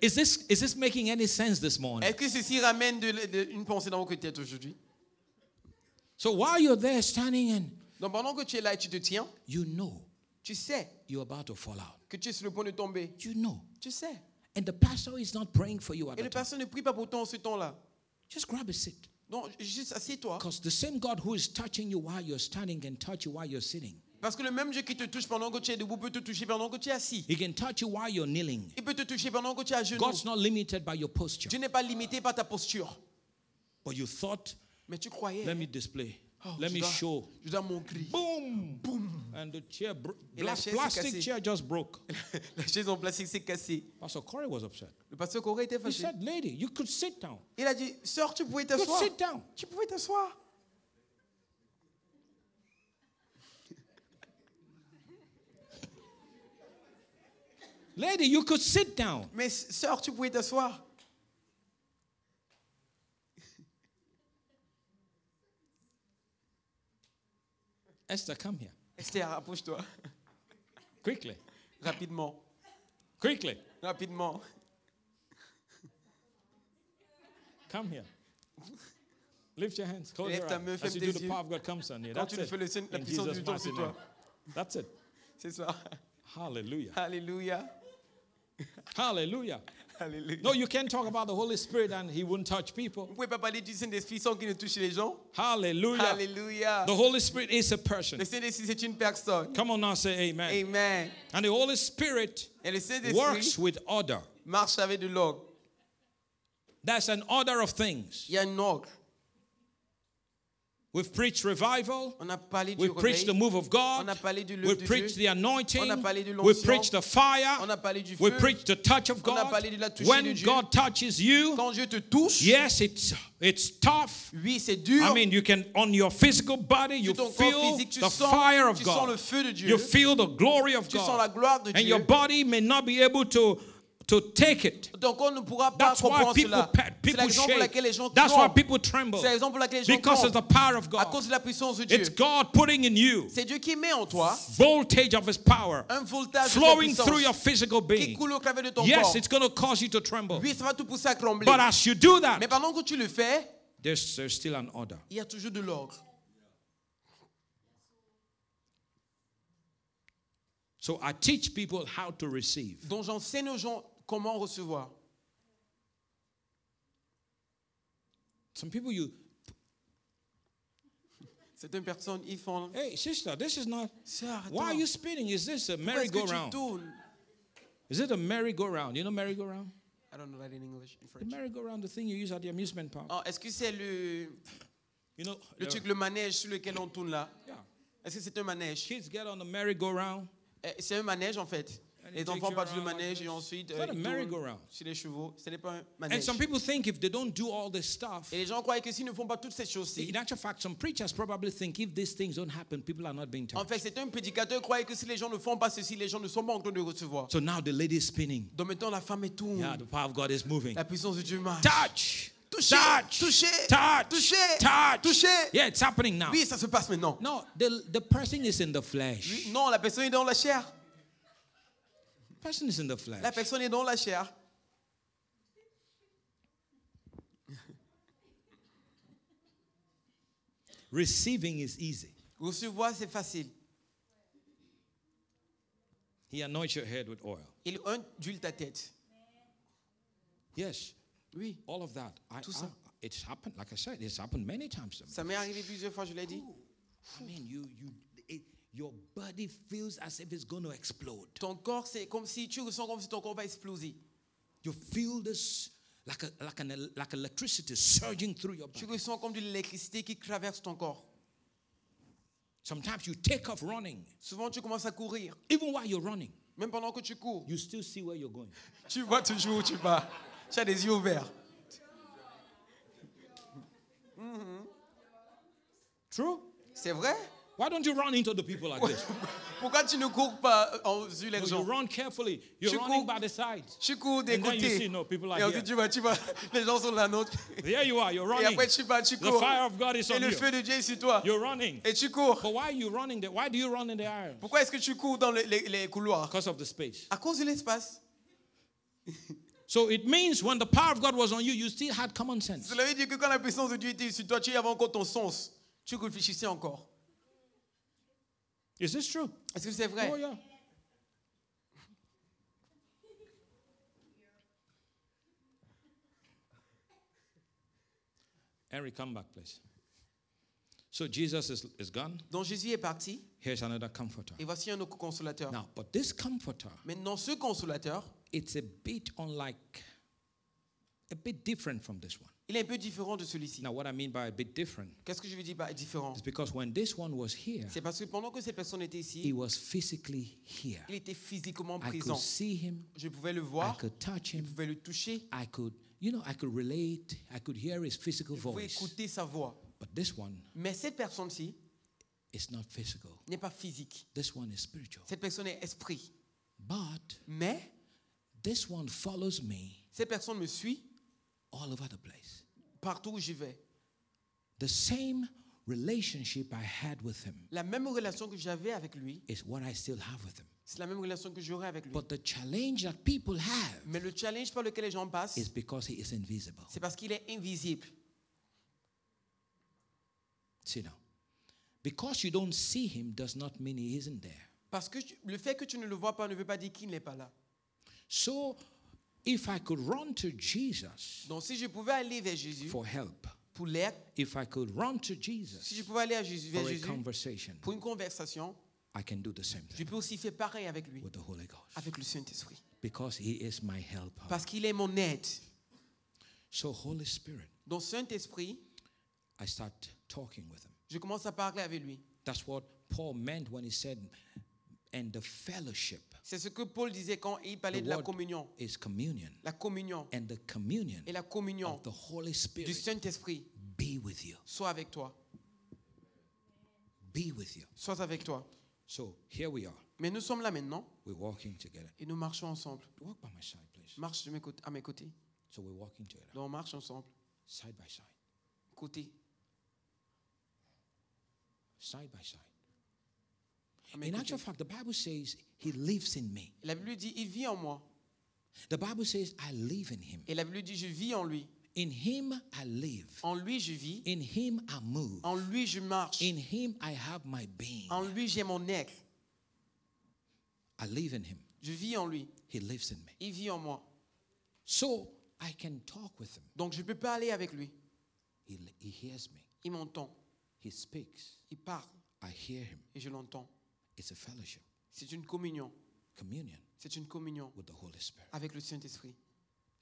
S1: Is this is this making any sense this morning?
S2: Est-ce que ceci ramène de, de- une pensée dans votre tête aujourd'hui
S1: So while you're there standing and
S2: Donc pendant que tu es là et tu te tiens,
S1: you know
S2: tu sais
S1: you're about to fall out.
S2: que tu es sur le point de tomber.
S1: You know.
S2: Tu sais.
S1: And the pastor is not praying for you at
S2: Et
S1: the
S2: le
S1: time.
S2: personne ne prie pas pour toi en ce temps-là.
S1: Just grab a seat.
S2: Donc juste assieds-toi.
S1: Because the same God who is touching you while you're standing can touch you while you're sitting.
S2: Parce que le même Dieu qui te touche pendant que tu es debout peut te toucher pendant que tu es assis.
S1: He can touch you while you're kneeling.
S2: Il peut te toucher pendant que tu es à genoux.
S1: God's not limited by your posture.
S2: Dieu n'est pas limité par ta posture.
S1: But you thought,
S2: Mais tu croyais.
S1: let me display,
S2: Oh,
S1: let
S2: je
S1: me
S2: dois-
S1: show.
S2: Je dois montrer.
S1: Boom! Boom! And the chair, bro-
S2: Et la
S1: bla-
S2: chaise s'est
S1: plastic
S2: cassée.
S1: chair just broke.
S2: La chaise en plastique s'est cassée.
S1: Pastor Corey was upset.
S2: Le pasteur Corée était
S1: He
S2: fâché.
S1: said, lady, you could sit down.
S2: Il a dit, sœur, tu pouvais
S1: You could
S2: t'asseoir.
S1: sit down.
S2: Tu pouvais t'asseoir.
S1: Lady, you could sit down.
S2: Mais sœur, tu pouvais t'asseoir.
S1: Esther, come here.
S2: Esther, rapproche-toi.
S1: Quickly.
S2: Rapidement.
S1: Quickly.
S2: Rapidement.
S1: Come here. Lift your hands. Close
S2: Lève
S1: your
S2: ta
S1: eyes.
S2: main,
S1: As
S2: ferme
S1: you
S2: tes
S1: do, the
S2: yeux.
S1: power of God comes on you.
S2: Quand
S1: That's
S2: tu le
S1: it.
S2: fais, le Seigneur- la
S1: In
S2: puissance
S1: Jesus'
S2: du temps
S1: mighty
S2: sur toi.
S1: name. That's it.
S2: C'est ça.
S1: Hallelujah.
S2: Alléluia.
S1: Hallelujah.
S2: Alléluia.
S1: No, you can't talk about the Holy Spirit and he wouldn't touch people.
S2: Vous pouvez pas parler du Saint-Esprit sans qu'il ne touche les gens.
S1: Hallelujah.
S2: Alléluia.
S1: The Holy Spirit is a person.
S2: Le Saint-Esprit, c'est une personne.
S1: Come on now, say amen.
S2: Amen.
S1: And the Holy Spirit
S2: Et le
S1: works
S2: Saint-Esprit
S1: with order.
S2: marche avec de l'ordre.
S1: There's an order of things.
S2: Il y a un ordre.
S1: We've preached revival.
S2: On a parlé du
S1: We've preached the
S2: réveil.
S1: move of God.
S2: On a parlé du
S1: We've
S2: de
S1: preached the
S2: Dieu.
S1: anointing.
S2: On a parlé de
S1: We've
S2: l'onction.
S1: preached the
S2: On
S1: fire.
S2: a parlé du
S1: We
S2: feu.
S1: preach the touch of
S2: On a
S1: God.
S2: parlé de la touche de
S1: When
S2: Dieu.
S1: God touches you,
S2: Quand Dieu te touche,
S1: yes, it's it's tough.
S2: oui, c'est dur.
S1: I mean, you can on your physical body, you
S2: Sur ton corps
S1: feel
S2: physique, tu
S1: the
S2: sens-
S1: fire of
S2: tu sens
S1: God.
S2: le feu de Dieu.
S1: You feel the glory of
S2: tu sens la
S1: God.
S2: gloire de
S1: And
S2: Dieu.
S1: your body may not be able to to take it.
S2: Donc on ne pourra pas
S1: That's why
S2: comprendre
S1: people
S2: cela.
S1: pe-
S2: C'est la
S1: people
S2: raison pour laquelle les gens
S1: shake. That's why
S2: tremblent.
S1: people tremble.
S2: C'est la raison pour laquelle les gens
S1: Because of the
S2: tremblent.
S1: power of
S2: À
S1: God.
S2: cause de la puissance de Dieu.
S1: It's God putting in you
S2: C'est Dieu qui met en toi
S1: voltage of his power
S2: un voltage de sa
S1: flowing through your
S2: puissance
S1: physical
S2: qui
S1: being.
S2: coule au travers de ton
S1: Yes,
S2: corps.
S1: it's going to cause you to tremble.
S2: Oui, ça va tout pousser à trembler.
S1: But as you do
S2: Mais
S1: that,
S2: pendant que tu le fais,
S1: there's, there's still an order.
S2: il y a toujours de l'ordre.
S1: So I teach people how to receive.
S2: Donc j'enseigne aux gens comment recevoir.
S1: Some people you,
S2: Certaines personnes, ils font.
S1: hey sister, this is not.
S2: Sœur, attends,
S1: Why are you spinning? Is this a
S2: pourquoi est-ce que tu
S1: merry-go-round?
S2: tournes?
S1: Is it a merry-go-round? You know merry-go-round?
S2: I don't know that in English, in French.
S1: The merry-go-round, the thing you use at the amusement park.
S2: Ah, Est-ce que c'est le,
S1: You know, uh,
S2: le truc, le manège sur lequel on tourne là
S1: yeah.
S2: Est-ce que c'est un manège
S1: Kids get on the merry-go-round.
S2: Eh, C'est un manège en fait.
S1: And it
S2: Les
S1: takes
S2: enfants
S1: you
S2: partent du
S1: around like
S2: manège
S1: this.
S2: et ensuite
S1: It's
S2: euh,
S1: not a
S2: ils
S1: merry-go-round.
S2: tournent sur les chevaux. Ce n'est pas un
S1: And
S2: manège.
S1: some people think if they don't do all this stuff,
S2: Et les gens croient que s'ils ne font pas toutes ces choses-ci,
S1: in actual fact, some preachers probably think if these things don't happen, people are not being
S2: en
S1: touched.
S2: fait, c'est un prédicateur qui croit que si les gens ne font pas ceci, les gens ne sont pas en train de recevoir.
S1: So now the lady is spinning.
S2: Donc maintenant, la femme est tourne.
S1: Yeah, the power of God is moving.
S2: La puissance de Dieu marche.
S1: Touch.
S2: Toucher,
S1: Touch.
S2: toucher,
S1: Touch.
S2: toucher,
S1: Touch.
S2: toucher.
S1: Yeah, it's happening now.
S2: Oui, ça se passe maintenant.
S1: No, the, the person is in the flesh.
S2: Non, la personne est dans la chair.
S1: person is in the
S2: La
S1: flesh.
S2: personne est dans la chair.
S1: Receiving is easy.
S2: Recevoir, c'est facile.
S1: He anoints your head with oil.
S2: Il ondule ta tête.
S1: Yes,
S2: Oui.
S1: all of that. I,
S2: Tout ça.
S1: I- it's happened. Like I said, it's happened many times. To me.
S2: Ça m'est arrivé plusieurs fois, je l'ai dit.
S1: I mean, you, you, it, your body feels as if it's going to explode.
S2: Ton corps, c'est comme si tu ressens comme si ton corps va exploser.
S1: You feel this like a, like an el- like electricity surging through your
S2: Tu
S1: body.
S2: ressens comme de l'électricité qui traverse ton corps.
S1: Sometimes you take off running,
S2: Souvent, tu commences à courir.
S1: even while you're running,
S2: Même pendant que tu cours,
S1: you still see where you're going.
S2: tu vois toujours où tu vas. Tu as des yeux ouverts.
S1: True.
S2: Mm-hmm. C'est vrai
S1: Why don't you run into the people like this?
S2: Pourquoi tu ne cours pas euh, en sur les
S1: you
S2: gens
S1: run carefully. You're
S2: Tu
S1: running
S2: cours.
S1: by the sides.
S2: Tu cours des
S1: And then you
S2: côtés.
S1: see, no, people are
S2: et
S1: here.
S2: ensuite, tu vois, tu vois, les gens sont là, non
S1: There you are. You're
S2: Et
S1: running.
S2: après, tu vas, tu
S1: The
S2: cours.
S1: fire of God is
S2: et
S1: on
S2: le
S1: you.
S2: feu de Dieu est sur toi.
S1: You're running.
S2: Et tu cours.
S1: But why are you running there? Why do you run in the aisle?
S2: Pourquoi est-ce que tu cours dans les, les- les couloirs
S1: Because of the space.
S2: À cause de l'espace.
S1: So it means when the power of God was on you, you still had common sense.
S2: Cela veut dire que quand la puissance de Dieu était sur toi, tu avais encore ton sens. Tu réfléchissais encore.
S1: Is this true?
S2: Est-ce que c'est vrai
S1: Oh yeah. Eric, come back, please. So Jesus is, is gone.
S2: Donc Jésus est parti,
S1: Here's another comforter.
S2: et voici un autre consolateur.
S1: Now, but this comforter,
S2: Maintenant, ce consolateur,
S1: it's a bit unlike, a bit different from this one.
S2: il est un peu différent de celui-ci.
S1: Now, what I mean by a bit different
S2: Qu'est-ce que je veux dire par différent
S1: is because when this one was here,
S2: C'est parce que pendant que cette personne était
S1: he
S2: ici,
S1: was physically here.
S2: il était physiquement
S1: I could
S2: présent.
S1: see him,
S2: Je pouvais le
S1: I
S2: voir,
S1: could touch
S2: je
S1: him,
S2: pouvais le toucher,
S1: I could, you know, I could relate, I could hear his physical
S2: je pouvais
S1: voice.
S2: écouter sa voix.
S1: But this one
S2: Mais cette personne-ci
S1: is not physical.
S2: n'est pas physique.
S1: This one is spiritual.
S2: Cette personne est esprit.
S1: But
S2: Mais
S1: this one follows me
S2: cette personne me suit
S1: all over the place.
S2: partout où je vais.
S1: The same relationship I had with him
S2: La même relation que j'avais avec lui,
S1: is what I still have with him.
S2: c'est la même relation que j'aurai avec lui.
S1: But the challenge that people have
S2: Mais le challenge par lequel les gens passent,
S1: is because he is invisible.
S2: c'est parce qu'il est invisible.
S1: See now. Because you don't see him does not mean he isn't there.
S2: Parce que tu- le fait que tu ne le vois pas ne veut pas dire qu'il n'est pas là.
S1: So If I could run to Jesus
S2: Donc si je pouvais aller vers Jésus
S1: for help,
S2: pour l'aide,
S1: if I could run to
S2: si je
S1: Jesus
S2: pouvais aller à Jésus, vers
S1: for a
S2: Jésus
S1: conversation,
S2: pour une conversation,
S1: I can do the same
S2: je
S1: thing
S2: peux aussi faire pareil avec lui,
S1: with the Holy Ghost
S2: avec le Saint-Esprit.
S1: because He is my helper.
S2: Parce qu'il est mon aide.
S1: So, Holy Spirit,
S2: Donc Saint-Esprit,
S1: I start talking with Him.
S2: je commence à parler avec lui.
S1: That's what Paul meant when he said, and the fellowship
S2: C'est ce que Paul disait quand il parlait
S1: The
S2: de la
S1: word-
S2: communion.
S1: is communion,
S2: La communion
S1: and the communion
S2: et la communion
S1: of the Holy
S2: du
S1: Spirit
S2: Saint-Esprit
S1: be with you.
S2: soit avec toi.
S1: Be with you.
S2: Soit avec toi.
S1: So, here we are.
S2: Mais nous sommes là maintenant
S1: We're walking together.
S2: et nous marchons ensemble.
S1: Walk by my side, please.
S2: Marche de mes côtés- à mes côtés.
S1: So, we're walking together,
S2: Donc on marche ensemble.
S1: side by side,
S2: Côté.
S1: side by side.
S2: À mes
S1: In
S2: côtés.
S1: actual fact, the Bible says, He lives in me.
S2: La Bible dit, il vit en moi.
S1: The Bible says, I live in Him.
S2: Et la Bible dit, je vis en lui.
S1: In Him I live.
S2: En lui, je vis.
S1: In Him I move.
S2: En lui, je marche.
S1: In Him I have my being.
S2: En lui, j'ai mon être.
S1: I live in Him.
S2: Je vis en lui.
S1: He lives in me.
S2: Il vit en moi.
S1: So I can talk with Him.
S2: Donc, je peux parler avec lui.
S1: He, he hears me.
S2: Il m'entend.
S1: He speaks.
S2: Il parle
S1: I hear Him.
S2: et je l'entends.
S1: It's a fellowship,
S2: C'est une communion.
S1: communion
S2: C'est une communion
S1: with the Holy Spirit.
S2: avec le Saint-Esprit.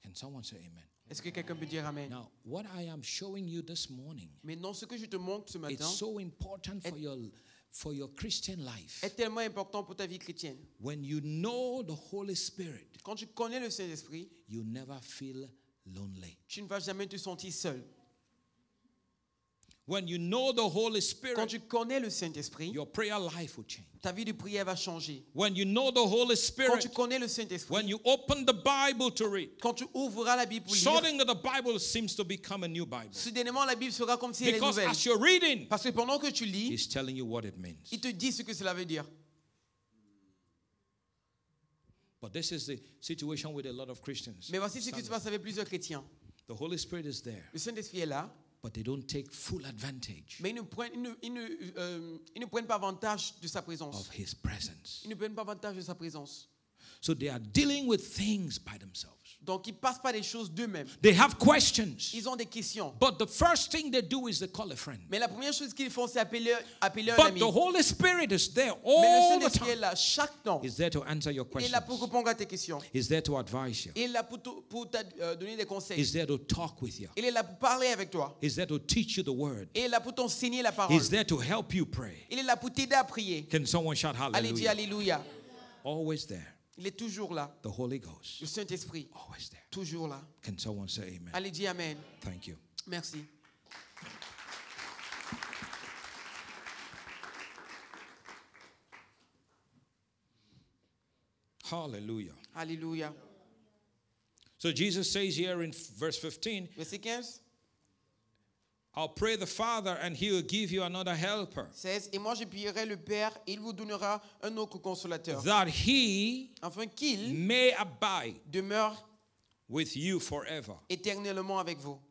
S1: Can someone say Amen?
S2: Est-ce que quelqu'un peut dire Amen
S1: Now, what I am showing you this morning,
S2: Maintenant, ce que je te montre ce
S1: it's
S2: matin
S1: so important for your for your Christian life.
S2: est tellement important pour ta vie chrétienne.
S1: When you know the Holy Spirit,
S2: Quand tu connais le Saint-Esprit,
S1: you never feel lonely.
S2: tu ne vas jamais te sentir seul.
S1: When you know the Holy
S2: Quand
S1: Spirit,
S2: tu connais le Saint-Esprit,
S1: your prayer life will change.
S2: ta vie de prière va changer.
S1: When you know the Holy
S2: Quand tu
S1: Spirit,
S2: connais le Saint-Esprit,
S1: when you open the Bible to read,
S2: quand tu ouvriras la Bible pour lire,
S1: suddenly the Bible seems to become a new Bible.
S2: soudainement la Bible sera comme si elle est
S1: Because
S2: nouvelle.
S1: as you're reading,
S2: Parce que pendant que tu lis,
S1: it's telling you what it means.
S2: il te dit ce que cela veut dire.
S1: But this is the situation with a lot of Christians.
S2: Mais voici ce qui se passe avec plusieurs chrétiens.
S1: The Holy Spirit is there,
S2: Le Saint-Esprit est là,
S1: but they don't take full advantage
S2: mais ils ne prennent, ils ne- ils ne, euh, ils ne prennent pas avantage de sa présence.
S1: of His presence.
S2: Ils ne prennent pas avantage de sa présence.
S1: So they are dealing with things by themselves.
S2: Donc, ils passent pas les choses d'eux-mêmes.
S1: They have questions,
S2: Ils ont des questions.
S1: but the first thing they do is they call a friend.
S2: Mais la première chose qu'ils font, c'est appeler, appeler un
S1: But
S2: ami.
S1: the Holy Spirit is there
S2: Mais
S1: all
S2: le
S1: the
S2: Saint-Esprit est
S1: time.
S2: là chaque temps.
S1: Is there to answer your
S2: Il est
S1: questions.
S2: là pour répondre à tes questions.
S1: Is there to advise you.
S2: Il est là pour, te- pour t'a- euh, donner des conseils.
S1: Is there to talk with you.
S2: Il est là pour parler avec toi.
S1: Is there to teach you the word.
S2: Il est là pour t'enseigner la parole.
S1: Is there to help you pray.
S2: Il est là pour t'aider à prier.
S1: Can someone shout
S2: Allez, dis
S1: hallelujah?
S2: Alléluia.
S1: Always there.
S2: Il est toujours là.
S1: The Holy
S2: Le
S1: Ghost.
S2: Saint-Esprit,
S1: Always there.
S2: toujours là.
S1: Can someone say amen?
S2: Allez, dis Amen.
S1: Thank you.
S2: Merci.
S1: Hallelujah.
S2: Alléluia.
S1: So Jesus says here in verse 15,
S2: Verset 15,
S1: I'll pray the Father and he will give you another helper
S2: 16. Et moi, je prierai le Père, et il vous donnera un autre consolateur.
S1: that he
S2: Afin qu'il
S1: may abide
S2: demeure
S1: with you forever.
S2: éternellement avec vous.